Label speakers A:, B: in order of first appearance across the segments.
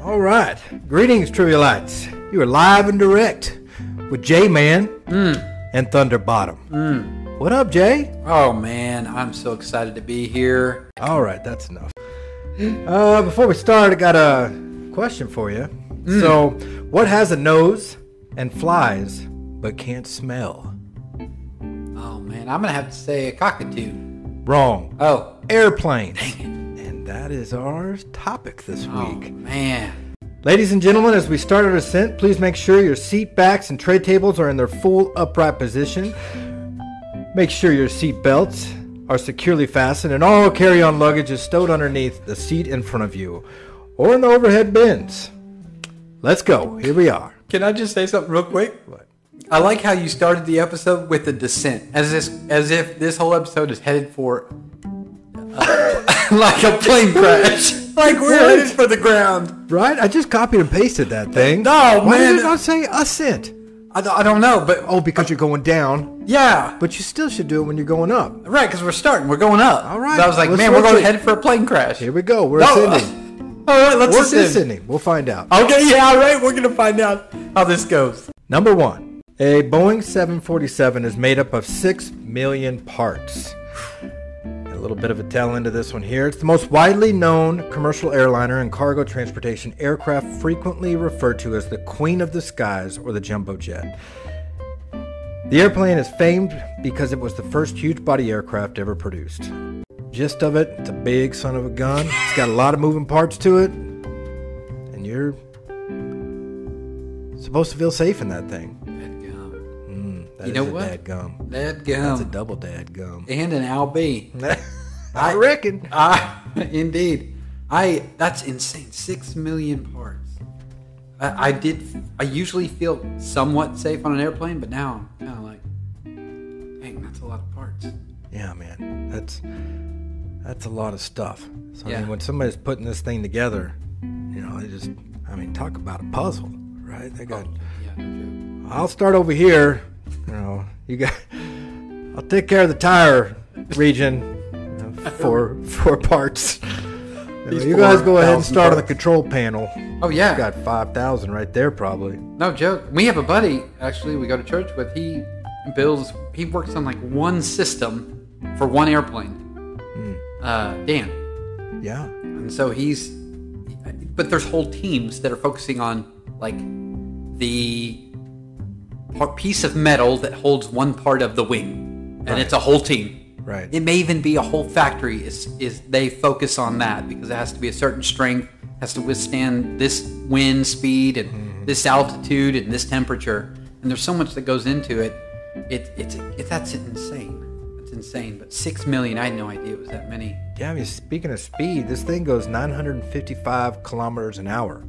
A: All right. Greetings, Trivialites. You are live and direct with J Man and Thunder Bottom. What up, Jay?
B: Oh man, I'm so excited to be here.
A: All right, that's enough. Uh, before we start, I got a question for you. So, what has a nose and flies but can't smell?
B: Oh man, I'm gonna have to say a cockatoo.
A: Wrong.
B: Oh,
A: Airplanes. And that is our topic this
B: oh
A: week.
B: man.
A: Ladies and gentlemen, as we start our descent, please make sure your seat backs and tray tables are in their full upright position. Make sure your seat belts are securely fastened and all carry on luggage is stowed underneath the seat in front of you or in the overhead bins. Let's go. Here we are.
B: Can I just say something real quick? I like how you started the episode with the descent, as this, as if this whole episode is headed for uh, like a plane crash. like we're
A: What?
B: headed for the ground.
A: Right? I just copied and pasted that thing.
B: No,
A: Why
B: man.
A: did it not say ascent?
B: I, don't- I don't know, but
A: Oh, because you're going down,
B: yeah,
A: but you still should do it when you're going up.
B: right, because we're starting, we're going up.
A: All right,
B: So I was like,
A: let's
B: man, we're
A: switch
B: going
A: it.
B: headed for a plane crash.
A: Here we go. We're
B: No,
A: ascending.
B: uh, all right, let's
A: We're
B: ascend.
A: descending. We'll find out.
B: Okay, yeah, all right, we're gonna find out how this goes.
A: Number one, a Boeing 747 is made up of 6 million parts. A little bit of a tail end of this one here. It's the most widely known commercial airliner and cargo transportation aircraft, frequently referred to as the Queen of the Skies or the Jumbo Jet. The airplane is famed because it was the first huge body aircraft ever produced. Gist of it, it's a big son of a gun. It's got a lot of moving parts to it, and you're supposed to feel safe in that thing.
B: Dadgum.
A: That
B: You
A: is
B: know
A: a
B: what?
A: dad gum. That's a
B: Dadgum.
A: double dad gum.
B: And an LB.
A: I reckon.
B: I, indeed. I that's insane. Six million parts. I, I did I usually feel somewhat safe on an airplane, but now I'm kinda like dang, that's a lot of parts.
A: Yeah, man. That's that's a lot of stuff. So I
B: Yeah.
A: mean, when somebody's putting this thing together, you know, they just I mean, talk about a puzzle, right? They got
B: Yeah, no
A: I'll start over here. You know, you got I'll take care of the tire region you know, for four parts. You, know,
B: These
A: you guys go ahead
B: 4,000
A: and start on the
B: parts.
A: control panel.
B: joke. Oh yeah.
A: Got 5,000 right there probably.
B: No joke. We have a buddy actually we go to church with. He builds he works on like one system for one airplane. Uh Dan.
A: Yeah.
B: And so he's, but there's whole teams that are focusing on like the part, piece of metal that holds one part of the wing, and it's a whole team.
A: Right.
B: It may even be a whole factory. Is is they focus on that because it has to be a certain strength, has to withstand this wind speed and this altitude and this temperature. And there's so much that goes into it. It it's it, that's insane. That's insane. But six million, I had no idea it was that many.
A: Yeah, I mean, speaking of speed, this thing goes 955 kilometers an hour.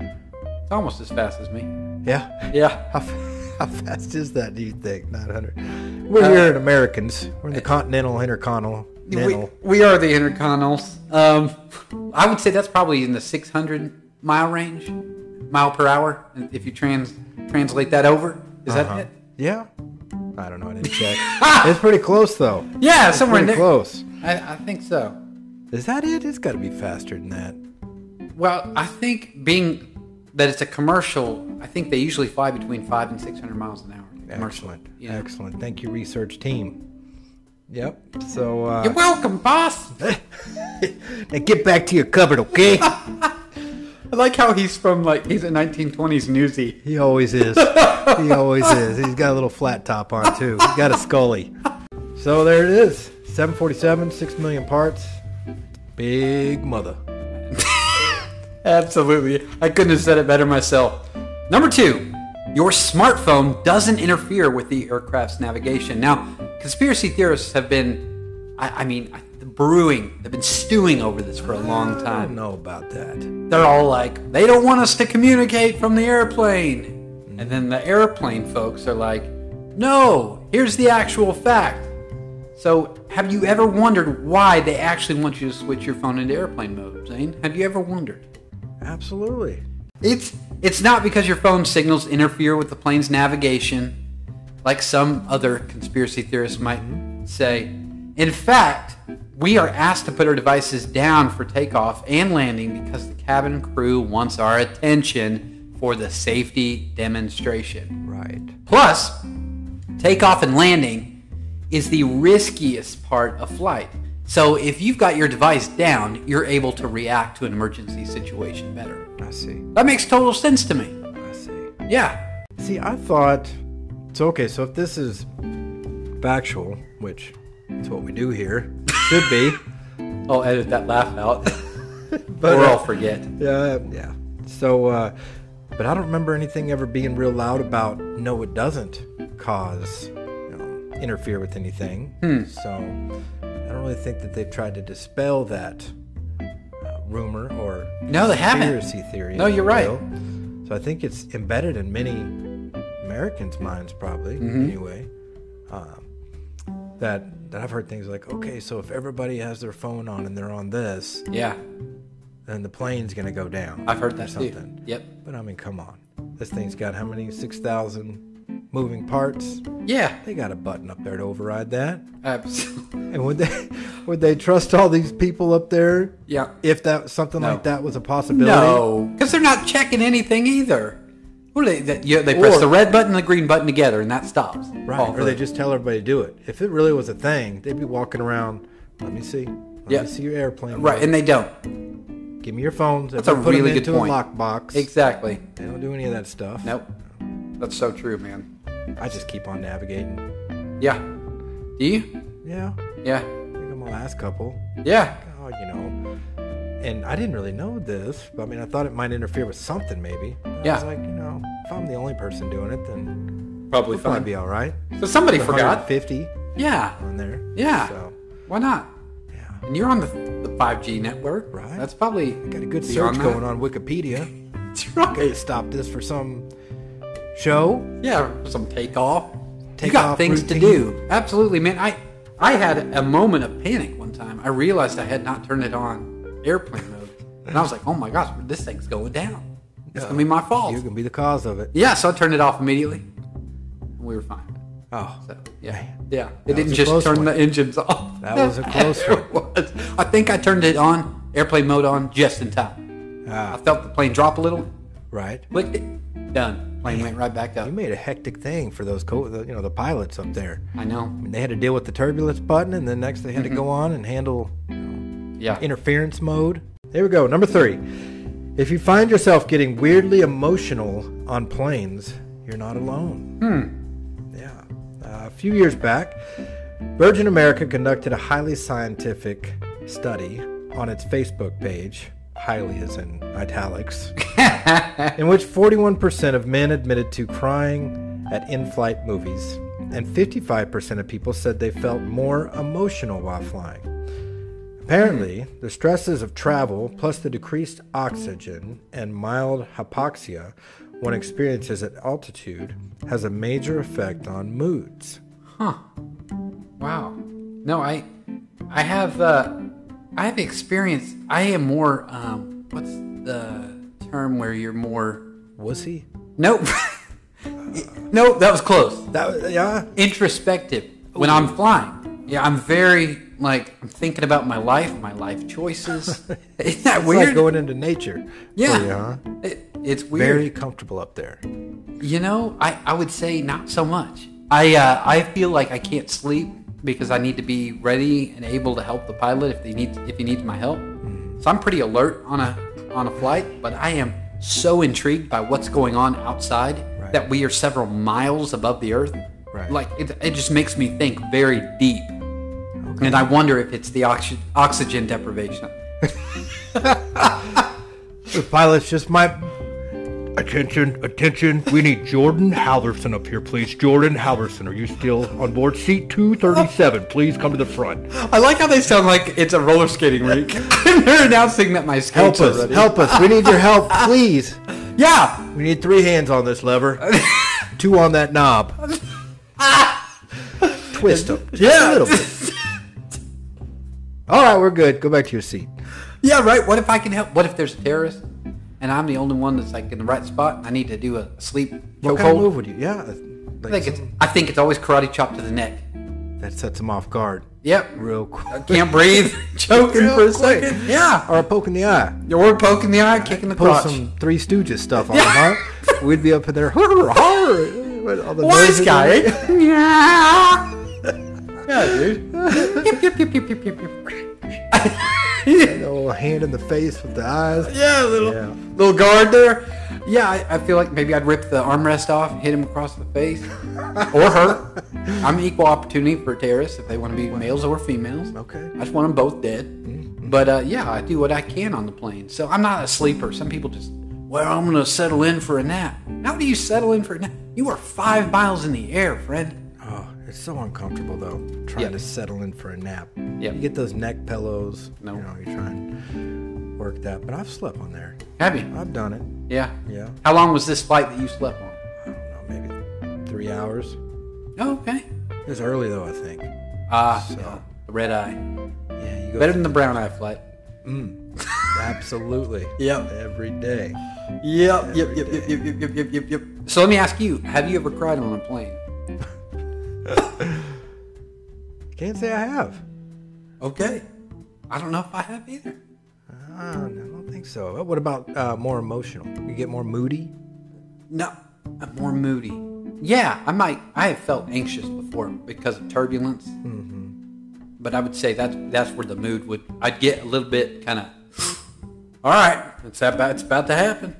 B: It's almost as fast as me.
A: Yeah.
B: Yeah.
A: How, f- how fast is that, do you think? 900. We're here in Americans. We're in the continental, intercontinental.
B: Uh, We, we are the intercontinentals. Um, I would say that's probably in the 600 mile range, mile per hour, if you trans translate that over. Is that it?
A: Uh-huh. yeah. I don't know. I didn't check. it's pretty close, though.
B: Yeah, somewhere in
A: Pretty
B: there.
A: close.
B: I, I think so.
A: Is that it? It's got to be faster than that.
B: Well, I think being that it's a commercial, I think they usually fly between five and 600 miles an hour. Commercial.
A: Excellent.
B: Yeah.
A: Excellent. Thank you, research team. Yep. So, uh,
B: You're welcome, boss.
A: now get back to your cupboard, okay?
B: I like how he's from like he's a 1920s newsie.
A: He always is. he always is. He's got a little flat top on too. He's got a scully. So there it is. 747, 6 million parts. Big mother.
B: Absolutely. I couldn't have said it better myself. Number two, your smartphone doesn't interfere with the aircraft's navigation. Now, conspiracy theorists have been, I, I mean, brewing, they've been stewing over this for a long
A: I
B: time.
A: don't know about that.
B: They're all like, they don't want us to communicate from the airplane. And then the airplane folks are like, no, here's the actual fact. So, have you ever wondered why they actually want you to switch your phone into airplane mode, Zane? Have you ever wondered?
A: Absolutely.
B: It's it's not because your phone signals interfere with the plane's navigation, like some other conspiracy theorists might say. In fact, We are asked to put our devices down for takeoff and landing because the cabin crew wants our attention for the safety demonstration.
A: Right.
B: Plus, takeoff and landing is the riskiest part of flight. So, if you've got your device down, you're able to react to an emergency situation better.
A: I see.
B: That makes total sense to me.
A: I see.
B: Yeah.
A: See, I thought so. Okay, so if this is factual, which it's what we do here, should be.
B: I'll Oh, edit that laugh out,
A: But,
B: or
A: uh,
B: I'll forget.
A: Yeah, yeah. So, uh, but I don't remember anything ever being real loud about no, it doesn't cause, you know, interfere with anything.
B: Hmm.
A: So, I don't really think that they've tried to dispel that uh, rumor or
B: No, they haven't.
A: conspiracy theory.
B: No,
A: if
B: you're
A: you
B: right.
A: will. So I think it's embedded in many Americans' minds, probably
B: Mm-hmm.
A: anyway. Um, that that I've heard things like, okay, so if everybody has their phone on and they're on this,
B: Yeah,
A: then the plane's gonna go down.
B: I've heard
A: or
B: that
A: something.
B: too. Yep.
A: But I mean, come on, this thing's got how many six thousand moving parts?
B: Yeah.
A: They got a button up there to override that.
B: Absolutely.
A: And would they would they trust all these people up there?
B: Yeah.
A: If that something
B: No.
A: like that was a possibility.
B: No, because they're not checking anything either. What are they? That, yeah, they press
A: Or-
B: the red button and the green button together, and that stops.
A: Right.
B: All
A: or they
B: three.
A: just tell everybody to do it. If it really was a thing, they'd be walking around. Let me see. Let
B: Yeah.
A: me see your airplane.
B: right, and they don't.
A: give me your phones. That's
B: a
A: put
B: really
A: them
B: good
A: into
B: point.
A: a lockbox.
B: Exactly.
A: they don't do any of that stuff.
B: Nope. That's so true, man.
A: I just keep on navigating.
B: Yeah. Do you?
A: Yeah.
B: Yeah.
A: I think I'm the last couple.
B: Yeah.
A: Oh, you know. And I didn't really know this, but I mean, I thought it might interfere with something, maybe. And I
B: Yeah.
A: was like, you know, if I'm the only person doing it, then
B: Probably
A: it might be all right.
B: So somebody forgot.
A: 150
B: Yeah.
A: on there.
B: Yeah.
A: So,
B: Why not?
A: yeah.
B: And you're on the, the 5G network.
A: Right.
B: That's probably
A: Got a good
B: Beyond
A: search
B: that.
A: going on Wikipedia.
B: That's right.
A: Gotta stop this for some show.
B: Yeah, some takeoff. you
A: Take
B: got
A: off
B: things to
A: routine.
B: do. Absolutely, man. I I had a moment of panic one time. I realized I had not turned it on airplane mode, and I was like, "Oh my gosh, this thing's going down. It's gonna be my fault."
A: You can be the cause of it.
B: Yeah, so I turned it off immediately, and we were fine.
A: Oh,
B: So yeah,
A: Man.
B: yeah, it
A: was
B: didn't
A: a
B: just
A: close
B: turn
A: one.
B: the engines off.
A: That was a close
B: It was. I think I turned it on airplane mode on just in time. I
A: ah,
B: felt the plane drop a little,
A: right.
B: clicked it, done. Plane went right back up.
A: You made a hectic thing for those, co- the, you know, the pilots up there. I
B: I know.
A: mean, they had to deal with the turbulence button, and then next they had
B: Mm-hmm.
A: to go on and handle
B: Yeah.
A: interference mode. There we go. Number three. If you find yourself getting weirdly emotional on planes, you're not alone. Hmm. Yeah. Uh, a few years back, Virgin America conducted a highly scientific study on its Facebook page. Highly is in italics. in which 41% of men admitted to crying at in flight movies, and 55% of people said they felt more emotional while flying. Apparently, the stresses of travel, plus the decreased oxygen and mild hypoxia one experiences at altitude, has a major effect on moods.
B: Wow. No, I, I have, uh, I have experience. I am more. Um, what's the term where you're more?
A: Wussy?
B: Nope. nope. That was close.
A: That was, yeah.
B: Introspective when I'm flying. Yeah, I'm very like I'm thinking about my life, my life choices. Isn't that
A: It's
B: weird?
A: like going into nature.
B: yeah.
A: for you, huh?
B: It- it's weird.
A: Very comfortable up there.
B: You know, I, I would say not so much. I uh, I feel like I can't sleep because I need to be ready and able to help the pilot if they need if he needs my help. So I'm pretty alert on a on a flight, but I am so intrigued by what's going on outside
A: Right.
B: that we are several miles above the earth.
A: Right.
B: Like it, it just makes me think very deep, and I wonder if it's the oxy- oxygen deprivation.
A: The pilots just might. Attention, attention. We need Jordan Halverson up here, please. Jordan Halverson, are you still on board? Seat 237, please come to the front.
B: I like how they sound like it's a roller skating rink. They're announcing that my
A: Help
B: skates are
A: us,
B: ready.
A: help us. We need your help, please.
B: Yeah.
A: We need three hands on this lever, two on that knob. Twist them. Yeah. A little bit. All right, we're good. Go back to your seat.
B: Yeah, right. What if I can help? What if there's a terrorist and I'm the only one that's like in the right spot? And I need to do a sleep
A: What kind of
B: chokehold.
A: move would you? Yeah.
B: I
A: Like
B: think it's I think it's always karate chop to the neck.
A: some- that sets them off guard
B: Yep.
A: real quick.
B: Can't breathe. Choking
A: Real
B: for a
A: quick.
B: second. Yeah.
A: Or a poke in the eye.
B: Or poking the eye, kicking the
A: Put
B: crotch.
A: some Three Stooges stuff on, huh? We'd be up in there. "Hurr, hurr," with all the
B: Wise
A: noises.
B: guy. yeah. Yeah, dude. Yip, yip, yip, yip, yip, yip, yip.
A: The old hand in the face with the eyes.
B: yeah, little
A: Yeah.
B: little guard there. Yeah, I, I feel like maybe I'd rip the armrest off, hit him across the face, or her. I'm equal opportunity for terrorists if they want to be males or females.
A: Okay.
B: I just want them both dead. But uh, yeah, I do what I can on the plane. So I'm not a sleeper. Some people just, well, I'm going to settle in for a nap. How do you settle in for a nap? You are five miles in the air, friend.
A: Oh, it's so uncomfortable though. Trying
B: Yeah.
A: to settle in for a nap.
B: Yeah.
A: You get those neck pillows.
B: No.
A: You know, you try and work that. But I've slept on there.
B: Have you?
A: I've done it.
B: Yeah.
A: Yeah.
B: How long was this flight that you slept on?
A: I don't know, maybe three hours.
B: Oh, okay.
A: It was early though, I think.
B: Ah, yeah. the red eye.
A: Yeah, you go
B: Better than the brown eye flight.
A: absolutely.
B: Yep.
A: Every day.
B: Yep, yep, yep, yep, yep, yep, yep, yep, yep, yep. So let me ask you: Have you ever cried on a plane?
A: Can't say I have.
B: Okay. I don't know if I have either.
A: Ah, no, I don't think so. What about uh, more emotional? You get more moody?
B: No, I'm more moody. Yeah, I might. I have felt anxious before because of turbulence. Mm-hmm. But I would say that's that's where the mood would. I'd get a little bit kind of. All right, it's about it's about to happen.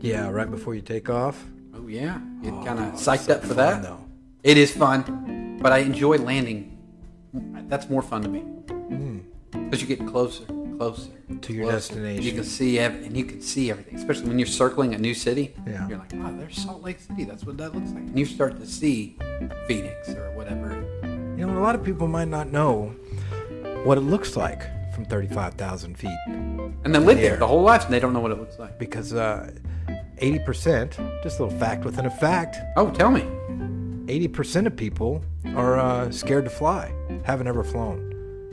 A: Yeah, right before you take off.
B: Oh yeah, get kind of psyched up for that.
A: though.
B: It is fun, but I enjoy landing. That's more fun to me because you get closer, closer
A: Hmm. To your
B: closer.
A: destination.
B: You can see ev- and you can see everything, especially when you're circling a new city.
A: Yeah.
B: You're like, oh, there's Salt Lake City. That's what that looks like. And you start to see Phoenix or whatever.
A: You know, a lot of people might not know what it looks like from 35,000 feet
B: And then live
A: Yeah.
B: there the whole life, and they don't know what it looks like.
A: because uh, 80%, just a little fact within a fact,
B: Oh, tell me.
A: 80% of people are uh, scared to fly, haven't ever flown.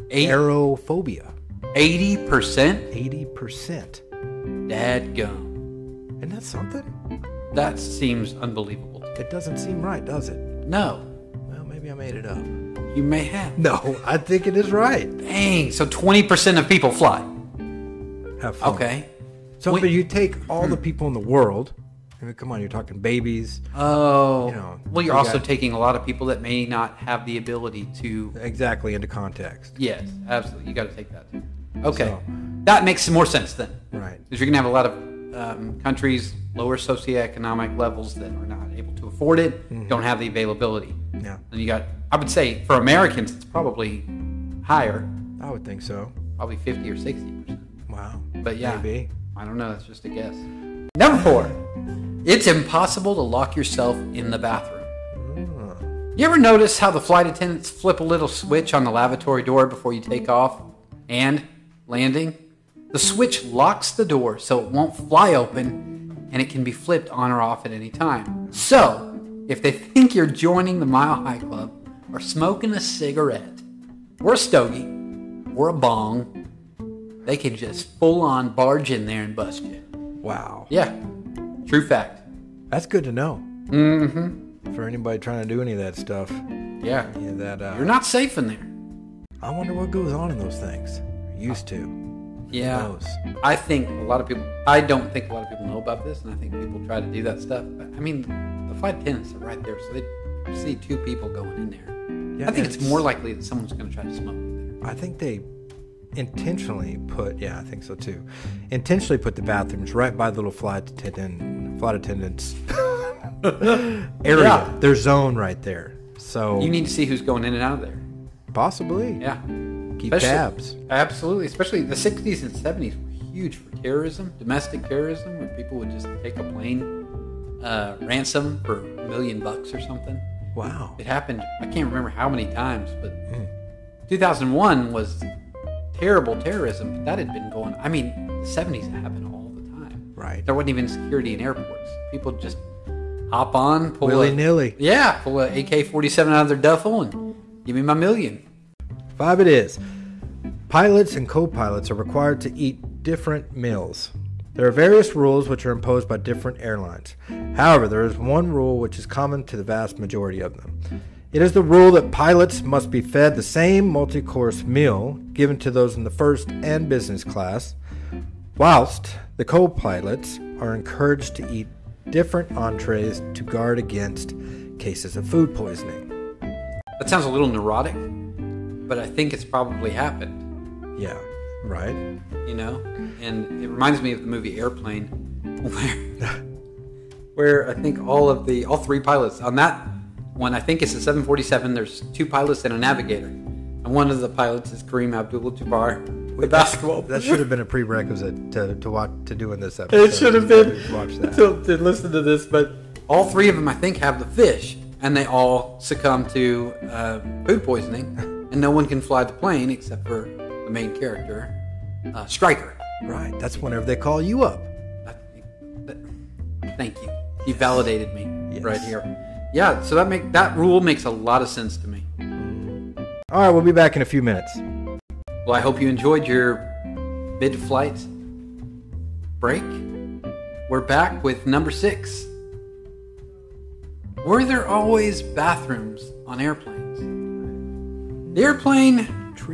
B: Eight-
A: Aerophobia,
B: 80%
A: 80%.
B: dadgum.
A: Isn't that something?
B: That seems unbelievable.
A: It doesn't seem right, does it?
B: No,
A: Well, maybe I made it up.
B: you may have.
A: No, I think it is right.
B: Dang, so 20% of people fly.
A: Hmm. Have fun.
B: Okay.
A: So
B: Wait. Hmm.
A: but you take all the people in the world. I mean, come on, you're talking babies.
B: Oh.
A: You know,
B: well, you're
A: you
B: also
A: got-
B: taking a lot of people that may not have the ability to.
A: Exactly, into context.
B: Yes, absolutely. You got to take that. too. Okay.
A: So-
B: That makes some more sense then.
A: Right.
B: Because you're going to have a lot of
A: Mm-hmm.
B: um, countries, lower socioeconomic levels that are not able to afford it,
A: Mm-hmm.
B: don't have the availability.
A: Yeah,
B: And you got, I would say for Americans, it's probably higher,
A: I would think so.
B: probably 50 or 60%.
A: Wow.
B: But yeah,
A: Maybe.
B: I don't know. That's just a guess. Number four, it's impossible to lock yourself in the bathroom. You ever notice how the flight attendants flip a little switch on the lavatory door before you take off and landing? The switch locks the door so it won't fly open and it can be flipped on or off at any time. So, if they think you're joining the Mile High Club or smoking a cigarette or a stogie or a bong, they can just full on barge in there and bust you.
A: Wow.
B: Yeah. True fact.
A: That's good to know. Mm-hmm. For anybody trying to do any of that stuff,
B: Yeah.
A: yeah, that uh,
B: You're not safe in there.
A: I wonder what goes on in those things. Used to.
B: Yeah.
A: Knows.
B: I think a lot of people, I don't think a lot of people know about this, and I think people try to do that stuff. But I mean, the flight attendants are right there, so they see two people going in there.
A: Yeah,
B: I think it's,
A: it's-
B: more likely that someone's going to try to smoke in there.
A: I think they intentionally put. Yeah, I think so too. Intentionally put the bathrooms right by the little flight attendant, flight attendants area.
B: Yeah.
A: Their zone right there. So
B: You need to see who's going in and out of there.
A: possibly
B: Yeah.
A: keep
B: Especially-
A: tabs.
B: Absolutely. Especially the 60s and 70s were huge for terrorism, domestic terrorism, where people would just take a plane uh, ransom for a million bucks or something.
A: Wow.
B: It happened, I can't remember how many times, but
A: Hmm.
B: 2001 was terrible terrorism, but that had been going. I mean, the 70s happened all the time.
A: Right.
B: There wasn't even security in airports. People just hop on, pull a-
A: Willy nilly.
B: Yeah, pull a AK 47 out of their duffel and give me my million.
A: Five it is. Pilots and co pilots are required to eat different meals. There are various rules which are imposed by different airlines. However, there is one rule which is common to the vast majority of them. It is the rule that pilots must be fed the same multi course meal given to those in the first and business class, whilst the co pilots are encouraged to eat different entrees to guard against cases of food poisoning.
B: That sounds a little neurotic, but I think it's probably happened,
A: Yeah, right?
B: you know? And it reminds me of the movie Airplane, where, where I think all of the, all three pilots, on that one, I think it's a 747, there's two pilots and a navigator. And one of the pilots is Kareem Abdul Jabbar, the basketball
A: That should have been a prerequisite to, to watch to doing this episode.
B: It should have been
A: Watch that.
B: To, to listen to this, but all three of them, I think, have the fish, and they all succumb to uh, food poisoning, and no one can fly the plane except for the main character, uh, Striker.
A: Right. That's whenever they call you up.
B: Thank you. You validated me
A: Yes.
B: right here. Yeah, so that make that rule makes a lot of sense to me.
A: All right, we'll be back in a few minutes.
B: Well, I hope you enjoyed your mid-flight break. We're back with number six. Were there always bathrooms on airplanes? The airplane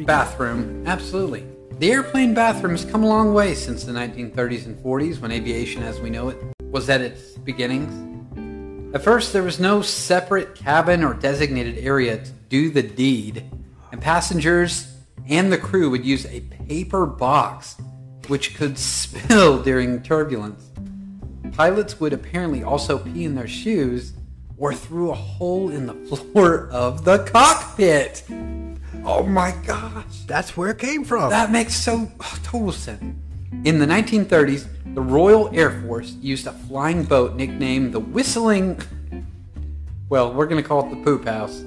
B: bathroom, absolutely. The airplane bathroom's come a long way since the 1930s and 40s when aviation as we know it was at its beginnings. At first, there was no separate cabin or designated area to do the deed, and passengers and the crew would use a paper box which could spill during turbulence. Pilots would apparently also pee in their shoes or through a hole in the floor of the cockpit. Oh my gosh.
A: That's where it came from.
B: That makes so oh, total sense. In the 1930s, the Royal Air Force used a flying boat nicknamed the Whistling. Well, we're gonna call it the Poop House.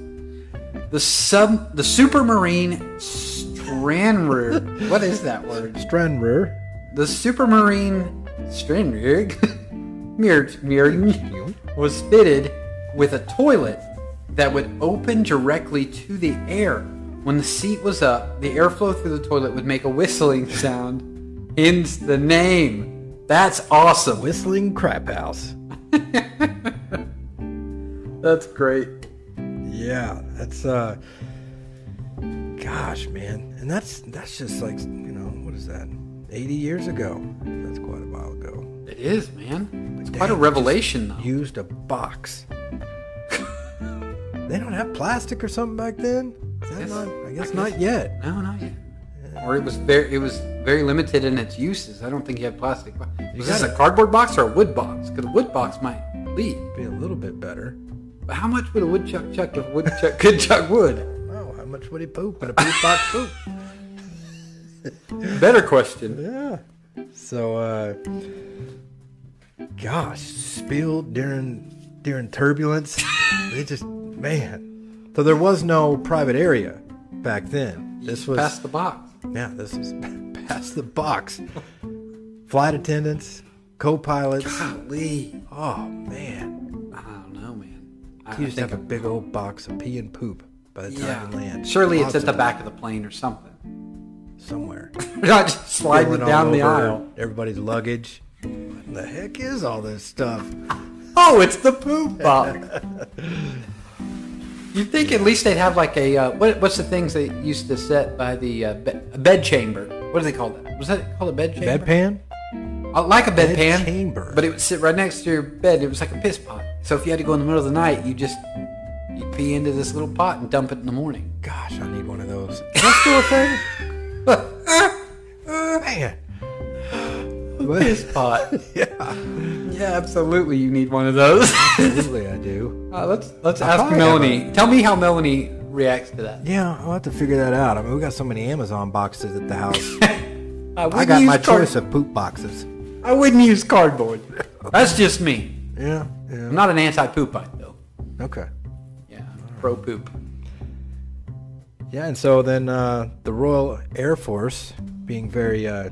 B: The sub, the Supermarine Stranrig. what is that word?
A: Strenrer.
B: The Supermarine Stranrig. Mirrored, mirrored was fitted with a toilet that would open directly to the air. When the seat was up, the airflow through the toilet would make a whistling sound. Hence the name. That's awesome.
A: Whistling Crap House.
B: That's great.
A: Yeah, that's uh gosh, man. And that's that's just like, you know, what is that? 80 years ago. That's quite a while ago.
B: It is, man. It's quite
A: Damn,
B: a
A: just
B: revelation, though.
A: Used a box. they don't have plastic or something back then? Is that
B: Yes,
A: not, I guess
B: guess-
A: not yet.
B: No, not yet. Or it was very, it was very limited in its uses. I don't think you had plastic. bo- Was this
A: gotta-
B: a cardboard box or a wood box? Because a wood box might leak.
A: Be a little bit better.
B: But how much would a woodchuck chuck if a woodchuck could chuck wood?
A: Oh, how much would he poop in a poop box poop?
B: Better question.
A: Yeah. So uh gosh, spilled during during turbulence. they just man. So there was no private area back then. This was
B: Pass the box.
A: yeah, this was past the box. Flight attendants, co-pilots.
B: Golly.
A: Oh man.
B: I don't know, man. I,
A: You
B: I
A: used to
B: think
A: have a big old box of pee and poop by the time
B: yeah.
A: you land.
B: Surely
A: Lots
B: it's at the
A: of
B: back of the plane or something.
A: them somewhere.
B: Not just sliding it
A: Going all
B: down the
A: over
B: aisle.
A: Everybody's luggage. What the heck is all this stuff?
B: Oh, it's the poop box. you think at least they'd have like a uh, what, what's the things they used to set by the uh, be- a bed chamber? What do they call that? Was that called a bed chamber?
A: Bedpan?
B: Uh, like a bedpan.
A: chamber.
B: But it would sit right next to your bed. It was like a piss pot. So if you had to go in the middle of the night, you just you pee into this little pot and dump it in the morning.
A: Gosh, I need one of those. Is that still a thing? Man.
B: Piss pot.
A: yeah,
B: yeah, absolutely. You need one of those.
A: absolutely I do.
B: Uh, let's let's
A: I
B: ask
A: probably have
B: Melanie. Tell me how Melanie reacts to that.
A: Yeah, I'll have to figure that out. I mean, we got so many Amazon boxes at the house.
B: I,
A: I
B: wouldn't
A: got
B: use
A: my
B: card-
A: choice of poop boxes.
B: I wouldn't use cardboard. That's just me.
A: Yeah,
B: I'm
A: yeah.
B: not an anti-poopite though.
A: Okay.
B: Yeah, pro poop.
A: Yeah, and so then uh, the Royal Air Force, being very uh,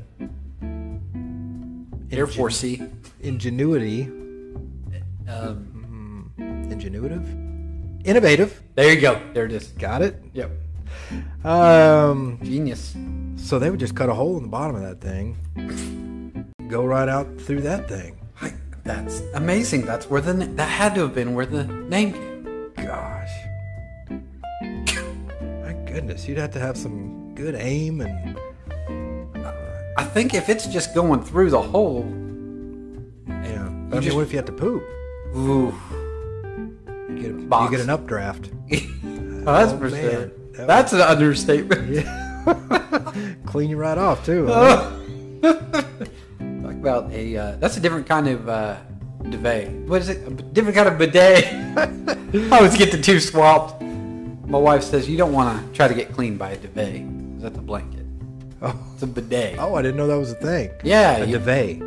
B: Air E. Forcey.
A: ingenuity, mm-hmm.
B: Um,
A: ingenuitive, innovative.
B: there you go. There it is.
A: Got it.
B: Yep.
A: Um,
B: Genius.
A: So they would just cut a hole in the bottom of that thing, go right out through that thing.
B: I, that's amazing. That's where the na- that had to have been where the name came.
A: Gosh. goodness, you'd have to have some good aim and
B: I think if it's just going through the hole,
A: yeah. But I mean,
B: just-
A: what if you have to poop?
B: ooh,
A: You get, a- you
B: Box.
A: get an updraft.
B: that's
A: Oh,
B: for
A: man.
B: sure.
A: That
B: That's an understatement.
A: Clean you right off too. huh?
B: Talk about a uh, that's a different kind of uh, duvet. What is it? A b- different kind of bidet. I always get the two swapped. My wife says you don't want to try to get cleaned by a duvet. Is that the blanket?
A: oh.
B: It's a bidet.
A: oh, I didn't know that was a thing.
B: yeah,
A: A
B: you-
A: duvet.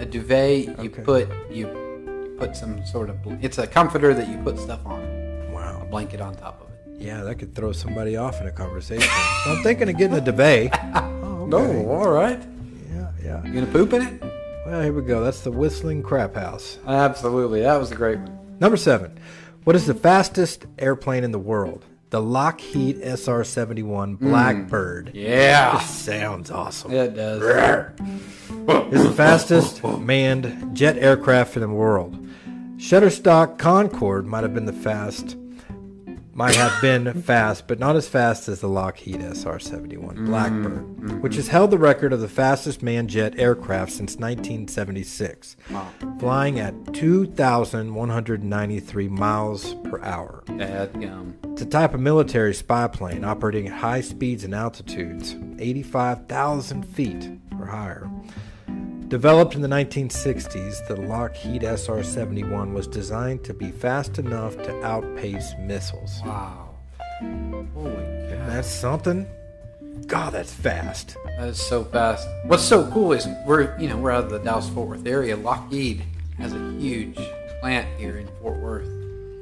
B: a duvet. You
A: Okay.
B: put you you put some sort of bl- it's a comforter that you put stuff on, a
A: Wow.
B: blanket on top of it.
A: Yeah, that could throw somebody off in a conversation. so I'm thinking of getting a duvet. Oh, okay.
B: all right.
A: Yeah, yeah.
B: You gonna poop in it?
A: Well, here we go. That's the Whistling Crap House.
B: Absolutely. That was a great one.
A: Number seven. What is the fastest airplane in the world? The Lockheed SR 71 Blackbird.
B: Yeah.
A: Sounds awesome.
B: It does.
A: It's the fastest manned jet aircraft in the world. Shutterstock Concorde might have been the fast, might have been fast, but not as fast as the Lockheed SR 71 Blackbird, which has held the record of the fastest manned jet aircraft since 1976, flying at 2,193 miles per hour.
B: That, um,
A: It's a type of military spy plane operating at high speeds and altitudes, 85,000 feet or higher. Developed in the 1960s, the Lockheed SR 71 was designed to be fast enough to outpace missiles.
B: wow. Holy cow.
A: That's something. God, that's fast.
B: That is so fast. What's so cool is we're you know we're out of the Dallas Fort Worth area. Lockheed has a huge plant here in Fort Worth,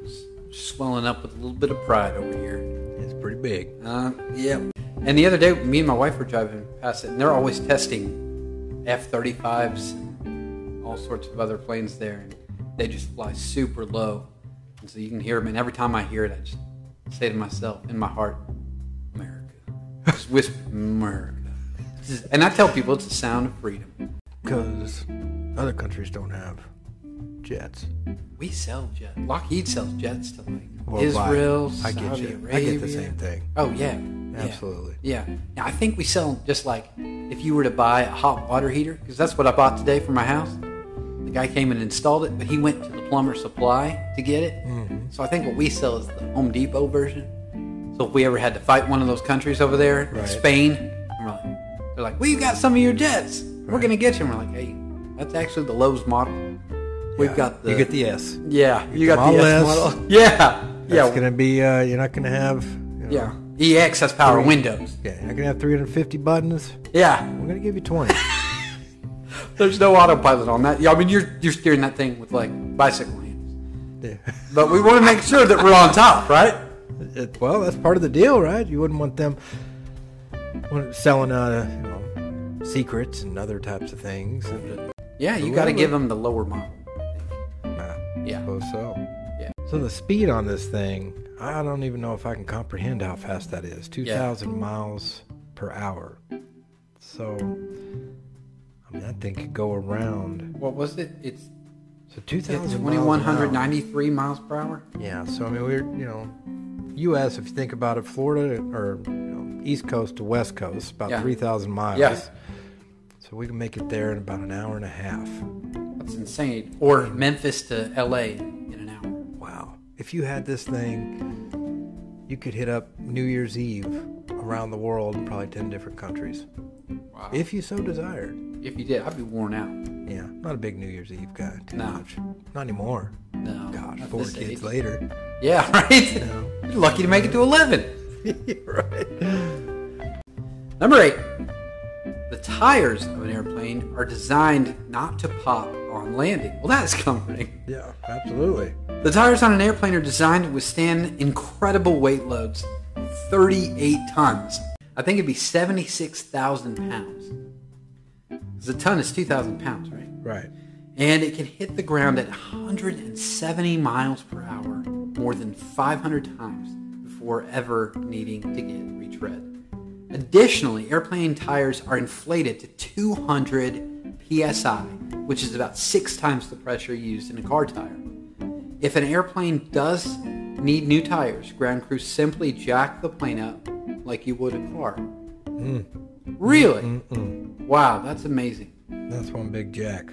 B: S- swelling up with a little bit of pride over here.
A: It's pretty big.
B: Uh, yeah. And the other day, me and my wife were driving past it, and they're always testing F-35s, and all sorts of other planes there, and they just fly super low, and so you can hear them. And every time I hear it, I just say to myself in my heart, America, just whisper, America. This is- And I tell people it's the sound of freedom.
A: Because other countries don't have jets.
B: We sell jets. Lockheed sells jets to like
A: Worldwide.
B: Israel,
A: I get
B: Saudi
A: you.
B: Arabia.
A: I get the same thing.
B: Oh yeah, yeah.
A: Absolutely.
B: Yeah. Now I think we sell 'em just like if you were to buy a hot water heater, because that's what I bought today for my house. The guy came and installed it, but he went to the plumber supply to get it.
A: Mm-hmm.
B: So I think what we sell is the Home Depot version. So if we ever had to fight one of those countries over there,
A: Right.
B: Spain, and we're like, they're like, "We got some of your jets. We're
A: Right.
B: gonna get you." And we're like, "Hey, that's actually the Lowe's model. We've
A: Yeah.
B: got the
A: You get the S.
B: yeah, you got the
A: Model S.
B: S model. Yeah,
A: That's
B: yeah,
A: gonna be. Uh, you're not gonna have. You know,
B: yeah. EX has power windows.
A: Yeah, you're not gonna have 350 buttons.
B: Yeah,
A: We're gonna give you 20.
B: There's no autopilot on that. Yeah, I mean you're you're steering that thing with like bicycle hands.
A: Yeah.
B: But we want to make sure that we're on top, right?
A: It- Uh, well, that's part of the deal, right? You wouldn't want them want- selling, uh, you know, secrets and other types of things. And,
B: Yeah, you got to give them the lower model.
A: nah,
B: Yeah.
A: suppose so.
B: Yeah.
A: So the speed on this thing, I don't even know if I can comprehend how fast that is. 2,000 miles per hour. So, I mean, that thing could go around.
B: What was it? It's
A: So
B: it's
A: 2,000 miles an hour.
B: 2193 miles per hour.
A: Yeah, so I mean, we're you know, U.S. If you think about it, Florida or you know, East Coast to West Coast, about
B: Yeah.
A: three thousand miles.
B: Yeah.
A: So we can make it there in about an hour and a half.
B: That's insane. Or Memphis to LA in an hour.
A: Wow! If you had this thing, you could hit up New Year's Eve around the world, in probably ten different countries,
B: Wow. If,
A: if you so desired.
B: you did, I'd be worn out.
A: Yeah, not a big New Year's Eve guy. Too
B: No.
A: much. Not anymore.
B: No.
A: Gosh,
B: not
A: four
B: this
A: kids
B: age.
A: later.
B: Yeah, right. You're lucky to make it to 11.
A: right.
B: Number eight, the tires of an airplane are designed not to pop on landing. Well, that is comforting.
A: Yeah, absolutely.
B: The tires on an airplane are designed to withstand incredible weight loads 38 tons. I think it'd be 76,000 pounds. Because a ton is 2,000 pounds, right?
A: Right.
B: And it can hit the ground at 170 miles per hour more than 500 times before ever needing to get retread. Additionally, airplane tires are inflated to 200 psi, which is about six times the pressure used in a car tire. If an airplane does need new tires, ground crews simply jack the plane up, like you would a car. Really? Wow, that's amazing.
A: That's one big jack.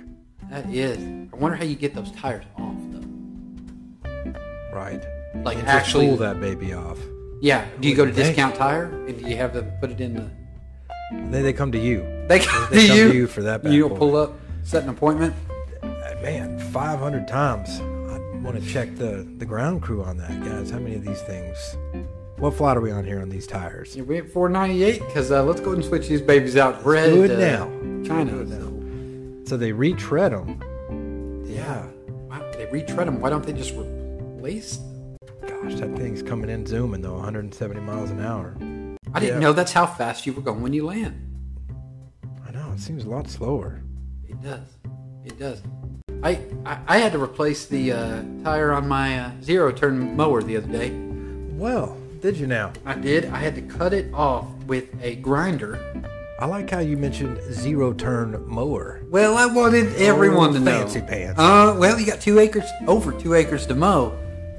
B: That is. I wonder how you get those tires off though.
A: Right. You
B: Like,
A: can't just
B: actually-
A: pull that baby off.
B: Yeah. Do you go to
A: wouldn't think.
B: discount tire and do you have them put it in the?
A: They they come to you.
B: They come,
A: They
B: to,
A: come
B: you,
A: to you for that bad
B: You'll
A: boy.
B: pull up, set an appointment.
A: Uh, Man, 500 times. I want to check the the ground crew on that, guys. How many of these things? What flight are we on here on these tires?
B: Yeah, we at 498 because uh, let's go ahead and switch these babies out. We're
A: do
B: headed
A: it
B: to
A: now. Let's
B: China.
A: do it So they retread them. Yeah.
B: Wow, they retread them. Why don't they just replace? Them?
A: Gosh, that thing's coming in zooming though, 170 miles an hour.
B: I didn't
A: Yeah.
B: know that's how fast you were going when you land.
A: I know it seems a lot slower.
B: It does. It does. I I, I had to replace the uh, tire on my uh, zero turn mower the other day.
A: Well, did you now?
B: I did. I had to cut it off with a grinder.
A: I like how you mentioned zero turn mower.
B: Well, I wanted everyone to know.
A: fancy pants.
B: Uh, well, you got two acres, over two acres to mow.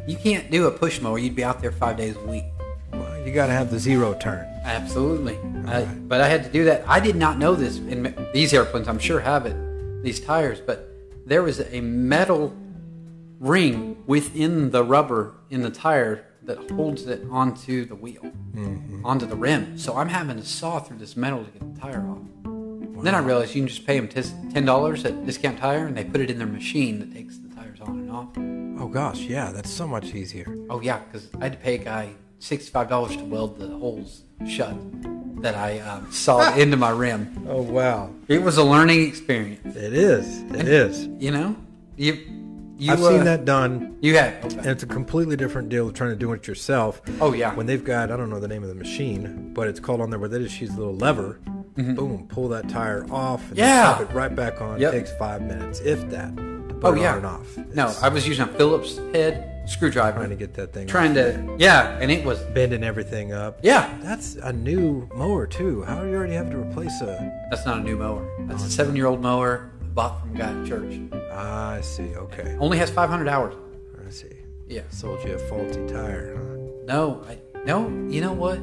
B: You can't do a push mower. You'd be out there five days a week.
A: Well, you got to have the zero turn.
B: Absolutely. I, but I had to do that. I did not know this. And m- these airplanes, I'm sure, have it, these tires, but there was a metal ring within the rubber in the tire that holds it onto the wheel, onto the rim. So I'm having to saw through this metal to get the tire off. Then I realized you can just pay them $10 at Discount Tire and they put it in their machine that takes the tires on and off.
A: Oh gosh, yeah, that's so much easier.
B: Oh yeah, because I had to pay a guy sixty-five dollars to weld the holes shut that I um, sawed into my rim.
A: Oh wow,
B: It was a learning experience,
A: it is. It is.
B: you know. You, you
A: I've
B: uh,
A: seen that done,
B: You have.
A: and
B: Okay.
A: it's a completely different deal of trying to do it yourself.
B: Oh, yeah.
A: When they've got I don't know the name of the machine, but it's called on there where they just use a little lever, boom, pull that tire off, and
B: Mm-hmm. Yeah.
A: pop it right back on.
B: Yep.
A: Takes five minutes, if that. To put
B: Oh
A: it
B: yeah.
A: on and off.
B: No,
A: It's
B: I was using a Phillips head screwdriver,
A: trying to get that thing.
B: trying
A: off.
B: to yeah, and it was
A: bending everything up.
B: yeah.
A: That's a new mower too. How do you already have to replace a?
B: That's not a new mower. That's
A: Oh,
B: a seven-year-old mower I bought from a guy at church.
A: I see. Okay,
B: Only has five hundred hours.
A: I see.
B: Yeah.
A: Sold you a faulty tire, huh?
B: No, I, no. You know what?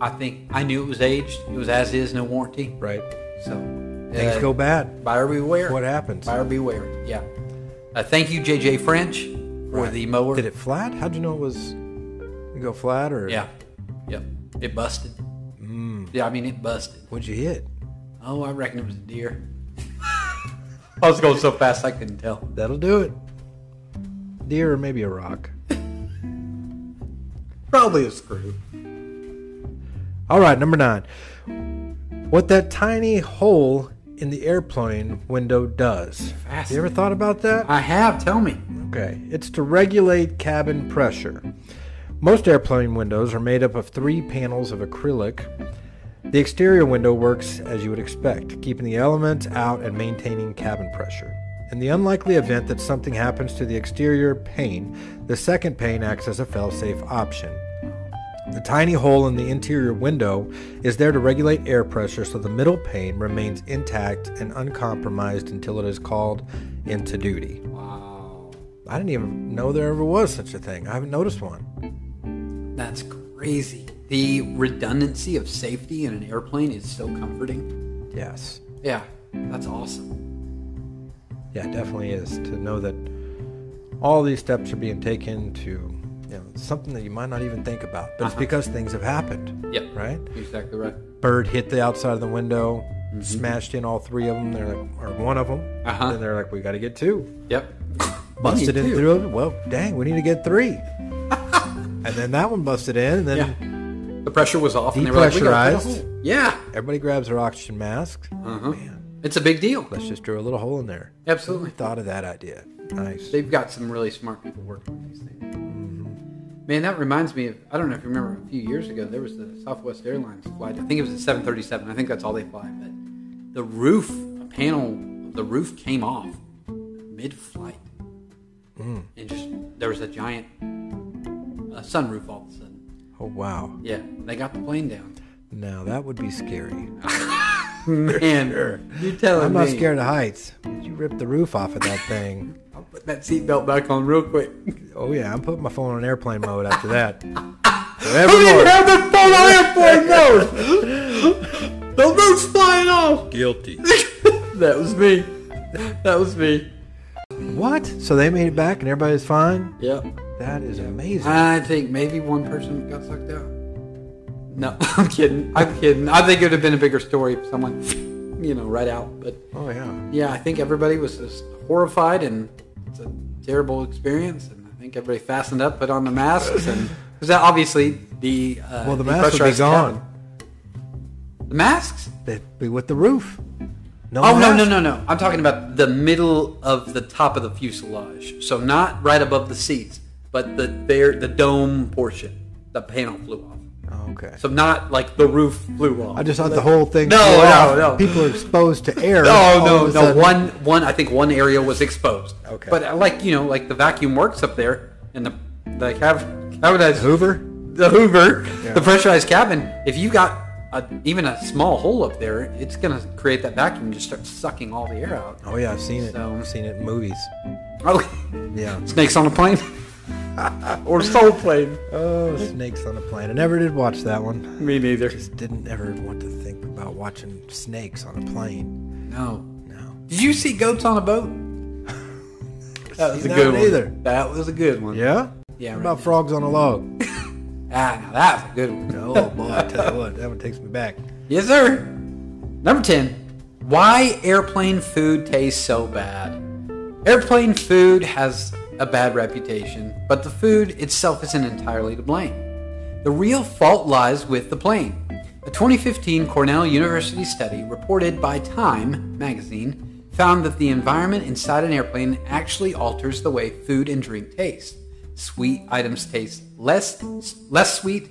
B: I think I knew it was aged. It was as is, no warranty.
A: Right.
B: So
A: Things
B: uh,
A: go bad.
B: Buyer beware.
A: What happens?
B: Buyer beware. Yeah. Uh, thank you, JJ French, for
A: Right.
B: the mower.
A: Did it flat? How'd you know it was? You Mm. go flat or?
B: Yeah. Yep. It busted. Yeah, I mean it busted.
A: What'd you hit?
B: Oh, I reckon it was a deer. I was going so fast I couldn't tell.
A: That'll do it. Deer or maybe a rock.
B: Probably a screw.
A: All right, number nine. What that tiny hole in the airplane window does. You ever
B: Fascinating.
A: thought about that?
B: I have. Tell me.
A: Okay, it's to regulate cabin pressure. Most airplane windows are made up of three panels of acrylic. The exterior window works as you would expect, keeping the elements out and maintaining cabin pressure. In the unlikely event that something happens to the exterior pane, the second pane acts as a fail-safe option. The tiny hole in the interior window is there to regulate air pressure so the middle pane remains intact and uncompromised until it is called into duty.
B: Wow.
A: I didn't even know there ever was such a thing. I haven't noticed one.
B: That's crazy. The redundancy of safety in an airplane is so comforting.
A: Yes.
B: Yeah. That's awesome.
A: Yeah, it definitely is to know that all these steps are being taken to you know something that you might not even think about, but it's because things have happened.
B: Yep.
A: Right?
B: You're exactly right.
A: Bird hit the outside of the window, smashed in all three of them. They're like, or one of them.
B: Uh-huh.
A: Then they're like, we got to get two.
B: Yep.
A: Busted
B: Me
A: in
B: too.
A: through it. Well, dang, we need to get three. and then that one busted in, and then
B: Yeah. The pressure was off. And they were like, "We gotta put a
A: Depressurized.
B: hole." yeah.
A: everybody grabs their oxygen masks. Man,
B: It's a big deal.
A: let's just drill a little hole in there.
B: Absolutely.
A: Thought of that idea. Nice.
B: They've got some really smart people working on these things. Man, that reminds me of, I don't know if you remember a few years ago, there was the Southwest Airlines flight. I think it was a 737. I think that's all they fly. But the roof, a panel, of the roof came off mid flight.
A: Mm.
B: And just, there was a giant uh, sunroof all of a sudden.
A: Oh wow.
B: Yeah. They got the plane down.
A: Now that would be scary.
B: Man, you're telling
A: I'm
B: me.
A: not scared of heights. but You ripped the roof off of that thing.
B: I'll put that seatbelt back on real quick.
A: Oh yeah, I'm putting my phone on airplane mode after that.
B: I didn't
A: Forevermore.
B: have the phone on airplane the roof's flying off.
A: Guilty.
B: That was me. That was me.
A: what? So they made it back and everybody's fine?
B: Yep.
A: That is amazing.
B: I think maybe one person got sucked out. No, I'm kidding. I'm kidding. I think it would have been a bigger story if someone, you know, right out. But
A: Oh, yeah.
B: yeah, I think everybody was just horrified, and it's a terrible experience. And I think everybody fastened up, put on the masks, and because obviously the uh,
A: Well, the mask would be
B: depressurized cabin-
A: gone.
B: The masks?
A: They'd be with the roof. No
B: Oh no
A: mask.
B: no no no! I'm talking about the middle of the top of the fuselage, so not right above the seats, but the there the dome portion. The panel flew off,
A: Oh, okay.
B: so not like the roof flew off.
A: I just thought the whole thing.
B: No,
A: blew
B: no,
A: out.
B: no.
A: People are exposed to air. all
B: No, no,
A: of a
B: no.
A: sudden.
B: One, one. I think one area was exposed.
A: Okay.
B: But uh, like you know, like the vacuum works up there, and the the cab, cabinized
A: Hoover?
B: the Hoover,
A: Yeah.
B: the pressurized cabin. If you got a, even a small hole up there, it's gonna create that vacuum and just start sucking all the air out.
A: Oh yeah, I've seen it.
B: So-
A: I've seen it in movies.
B: Oh,
A: Yeah.
B: snakes on a plane or soul plane.
A: Oh, snakes on a plane. I never did watch that one.
B: Me neither.
A: Just didn't ever want to think about watching snakes on a plane.
B: No.
A: No.
B: Did you see goats on a boat? That was
A: Seen that
B: a good
A: one
B: one.
A: either.
B: That was a good one.
A: Yeah.
B: Yeah,
A: What
B: right
A: about
B: now.
A: frogs on a log?
B: Ah, now that was a good one.
A: oh boy, I tell you what, that one takes me back.
B: Yes, sir. Number 10. Why airplane food tastes so bad? Airplane food has a bad reputation, but the food itself isn't entirely to blame. The real fault lies with the plane. A 2015 Cornell University study reported by Time magazine found that the environment inside an airplane actually alters the way food and drink taste. Sweet items taste less less sweet,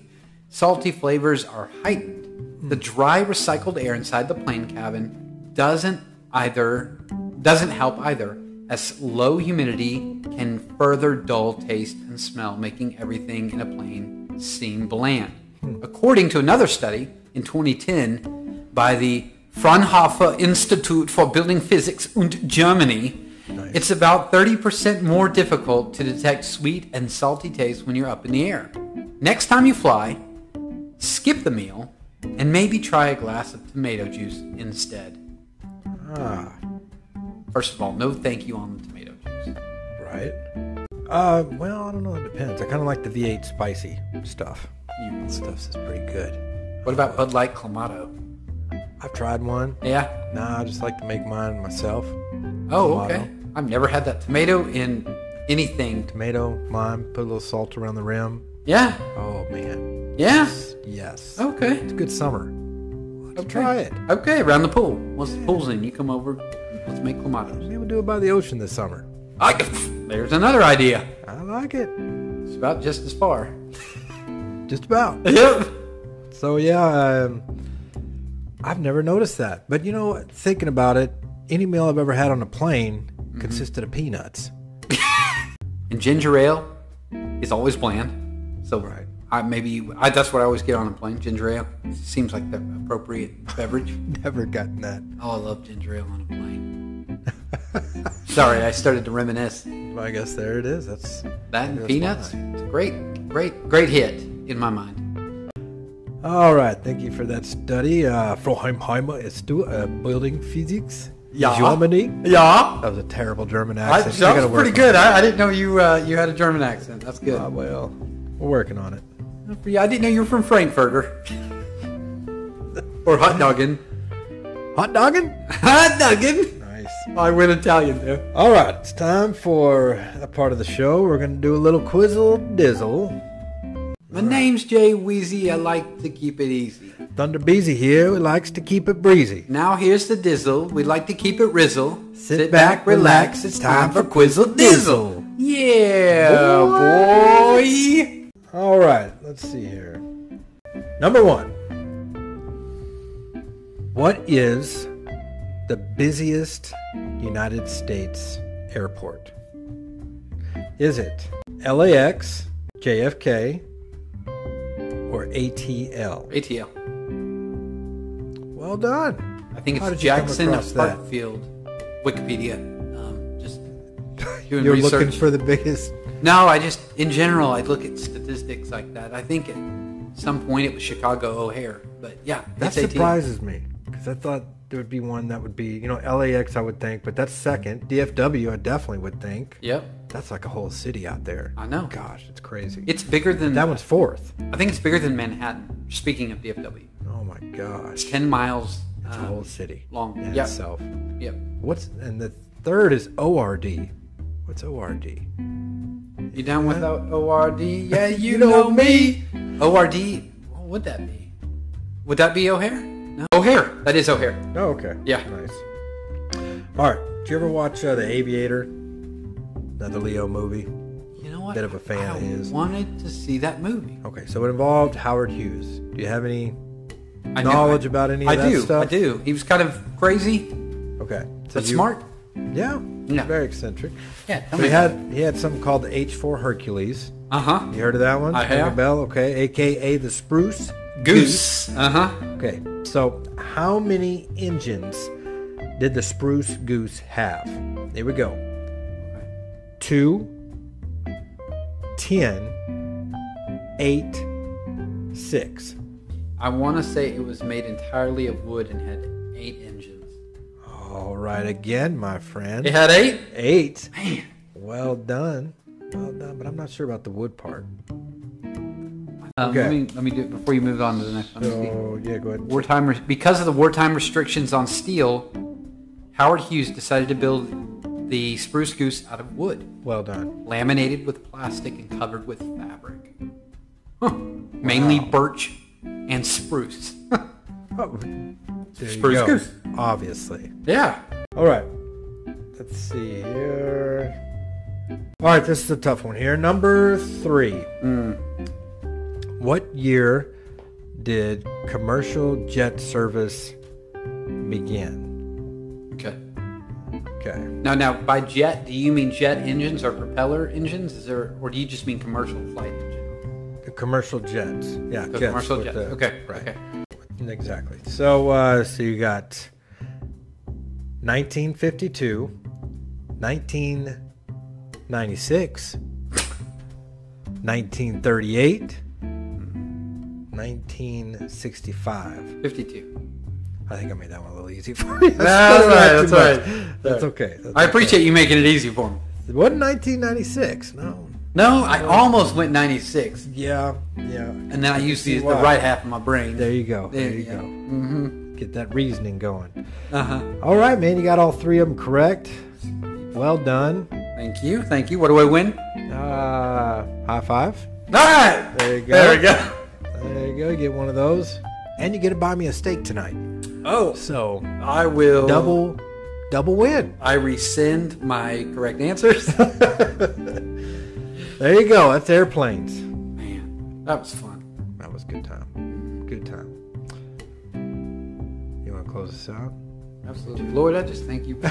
B: salty flavors are heightened. The dry recycled air inside the plane cabin doesn't either doesn't help either as low humidity can further dull taste and smell making everything in a plane seem bland. According to another study in 2010 by the Fraunhofer Institute for Building Physics und Germany, it's about 30% more difficult to detect sweet and salty taste when you're up in the air. Next time you fly, skip the meal, and maybe try a glass of tomato juice instead.
A: Ah,
B: First of all, no thank you on the tomato juice.
A: right. Uh, well, I don't know. It depends. I kind of like the V8 spicy stuff. That stuff's is pretty good.
B: What about Bud Light Clamato?
A: I've tried one.
B: Yeah.
A: Nah, I just like to make mine myself.
B: Oh,
A: Clamato.
B: okay. I've never had that tomato in anything.
A: Tomato, lime, put a little salt around the rim.
B: Yeah.
A: Oh man,
B: Yeah.
A: yes.
B: Okay.
A: It's a good summer. Let's
B: Okay.
A: try it.
B: Okay, around the pool. Once the pool's in, you come over. Let's make Clamatos.
A: Maybe we'll do it by the ocean this summer.
B: I, there's another idea.
A: I like it.
B: It's about just as far.
A: Just about.
B: Yep.
A: So yeah, um, I've never noticed that. But you know, thinking about it, any meal I've ever had on a plane consisted of peanuts.
B: And ginger ale is always bland. So
A: Right.
B: I maybe I, that's what I always get on a plane. Ginger ale seems like the appropriate beverage.
A: Never gotten that.
B: Oh, I love ginger ale on a plane. Sorry, I started to reminisce.
A: Well, I guess there it is. That's
B: That and
A: That's
B: peanuts.
A: why.
B: It's a great, great, great hit in my mind.
A: all right. Thank you for that study. Uh, Froheimheimer is to uh, building physics.
B: Yeah.
A: Germany.
B: Yeah,
A: That was a terrible German
B: I,
A: accent. I
B: that
A: gotta
B: was
A: work
B: pretty
A: on
B: good. I, I didn't know you uh, you had a German accent. That's good.
A: it. Uh, well, we're working on it.
B: yeah, I didn't know you were from Frankfurter or hot doggin.
A: Hot dogging?
B: hot doggin.
A: Nice.
B: I went Italian there.
A: All right, it's time for that part of the show. We're going to do a little quizzle dizzle.
B: My name's Jay Wheezy. I like to keep it easy.
A: Thunder Beezy here who likes to keep it breezy.
B: Now here's the dizzle. We like to keep it rizzle.
A: Sit back, relax. It's time for
B: Quizzle
A: Dizzle.
B: Yeah, boy.
A: All right, let's see here. Number one What is the busiest United States airport? Is it LAX, JFK, or ATL?
B: ATL.
A: Well done.
B: I think
A: How
B: it's
A: did you come
B: Jackson
A: across that?
B: Hartfield. Wikipedia. Um, just doing
A: You're
B: research.
A: looking for the biggest
B: no, I just in general I look at statistics like that. I think at some point it was Chicago O'Hare, but yeah,
A: That
B: it's ATL.
A: surprises me 'cause me Because I thought there would be one that would be, you know, LAX, I would think, but that's second. DFW, I definitely would think.
B: Yep.
A: That's like a whole city out there.
B: I know.
A: Gosh, it's crazy.
B: It's bigger than
A: that one's fourth.
B: I think it's bigger than Manhattan. Speaking of DFW,
A: Oh my gosh.
B: ten miles
A: It's a
B: uh,
A: whole city.
B: long.
A: In
B: Yep.
A: itself.
B: Yep.
A: What's and the third is ORD. What's ORD?
B: You down with O- ORD? Yeah, you, know me. ORD. What would that be? Would that be O'Hare? No. O'Hare. That is O'Hare.
A: Oh, okay.
B: Yeah.
A: Nice. All right. Did you ever watch uh, The Aviator? Another Leo movie.
B: You know what?
A: Bit of a fan
B: I
A: of his.
B: wanted to see that movie.
A: Okay, so it involved Howard Hughes. Do you have any?
B: I
A: Knowledge
B: do.
A: about any of
B: I
A: that
B: do.
A: stuff?
B: I do. He was kind of crazy,
A: Okay, so
B: but
A: you-
B: smart.
A: Yeah,
B: Yeah.
A: very eccentric.
B: Yeah.
A: So he had he had something called the H4 Hercules.
B: Uh huh.
A: You heard of that one?
B: I
A: Ring a
B: have.
A: Bell, okay, aka the Spruce
B: Goose. Uh huh.
A: Okay, so how many engines did the Spruce Goose have? Here we go. Two, ten, eight, six.
B: I want to say it was made entirely of wood and had eight engines.
A: All right, again, my friend.
B: It had eight.
A: Eight.
B: Man,
A: Well done. Well done, but I'm not sure about the wood part.
B: Um,
A: Okay.
B: Let me let me do it before you move on to the next one.
A: So, yeah, go ahead.
B: Wartime res- because of the wartime restrictions on steel, Howard Hughes decided to build the spruce goose out of wood,
A: Well done.
B: laminated with plastic and covered with fabric. Huh. Mainly birch and spruce.
A: Oh, there you
B: Spruce
A: go.
B: goose.
A: Obviously.
B: yeah.
A: All right. Let's see here. All right, this is a tough one here. Number three.
B: Mm.
A: What year did commercial jet service begin?
B: Okay.
A: Okay.
B: Now, now, by jet, do you mean jet engines or propeller engines? Is there, or do you just mean commercial flight engine?
A: The commercial jets. Yeah,
B: The
A: jets
B: commercial
A: with
B: jet.
A: the-
B: okay.
A: Right.
B: Okay.
A: Exactly. So, uh, so you got 1952, 1996, 1938, 1965.
B: Fifty-two.
A: I think I made that one a little easy for you. not
B: That's all right,
A: too
B: that's all
A: much.
B: right.
A: That's
B: Sorry.
A: okay. That's
B: I appreciate you making it easy for me.
A: It wasn't 1996. No.
B: No, I almost went ninety-six.
A: Yeah. Yeah.
B: And then I use
A: see
B: the, the
A: why.
B: right half of my brain.
A: There you go. There,
B: There
A: you
B: you Mm-hmm.
A: go. Get that reasoning going.
B: Uh huh.
A: All right, man. You got all three of them correct. Well done.
B: Thank you. Thank you. What do I win?
A: Uh, high five.
B: All right.
A: There you go.
B: There we go.
A: There you go. You get one of those, and you get to buy me a steak tonight.
B: Oh,
A: So
B: I will
A: double, double win.
B: I rescind my correct answers.
A: There you go. That's airplanes.
B: Man, that was fun.
A: That was good time. Good time. You want to close this out?
B: Absolutely, Lord. I just thank you.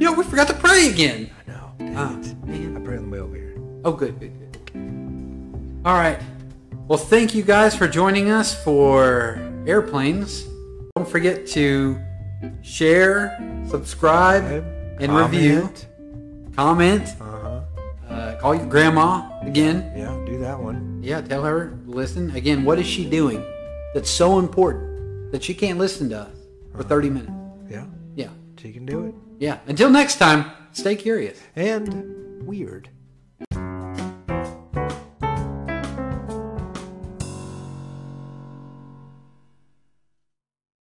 B: Yo, we forgot to pray again.
A: No. Dang
B: Ah,
A: it.
B: man.
A: I pray on the way over here.
B: Oh, good, good, good. All right. Well, thank you guys for joining us for Airplanes. Don't forget to share, subscribe, and review, comment.
A: Uh huh.
B: Uh, call your grandma again.
A: Yeah. Do that one.
B: Yeah, tell her, listen. Again, what is she doing that's so important that she can't listen to us for 30 minutes?
A: Yeah.
B: Yeah,
A: She can do it.
B: yeah. Until next time, stay curious.
A: And weird.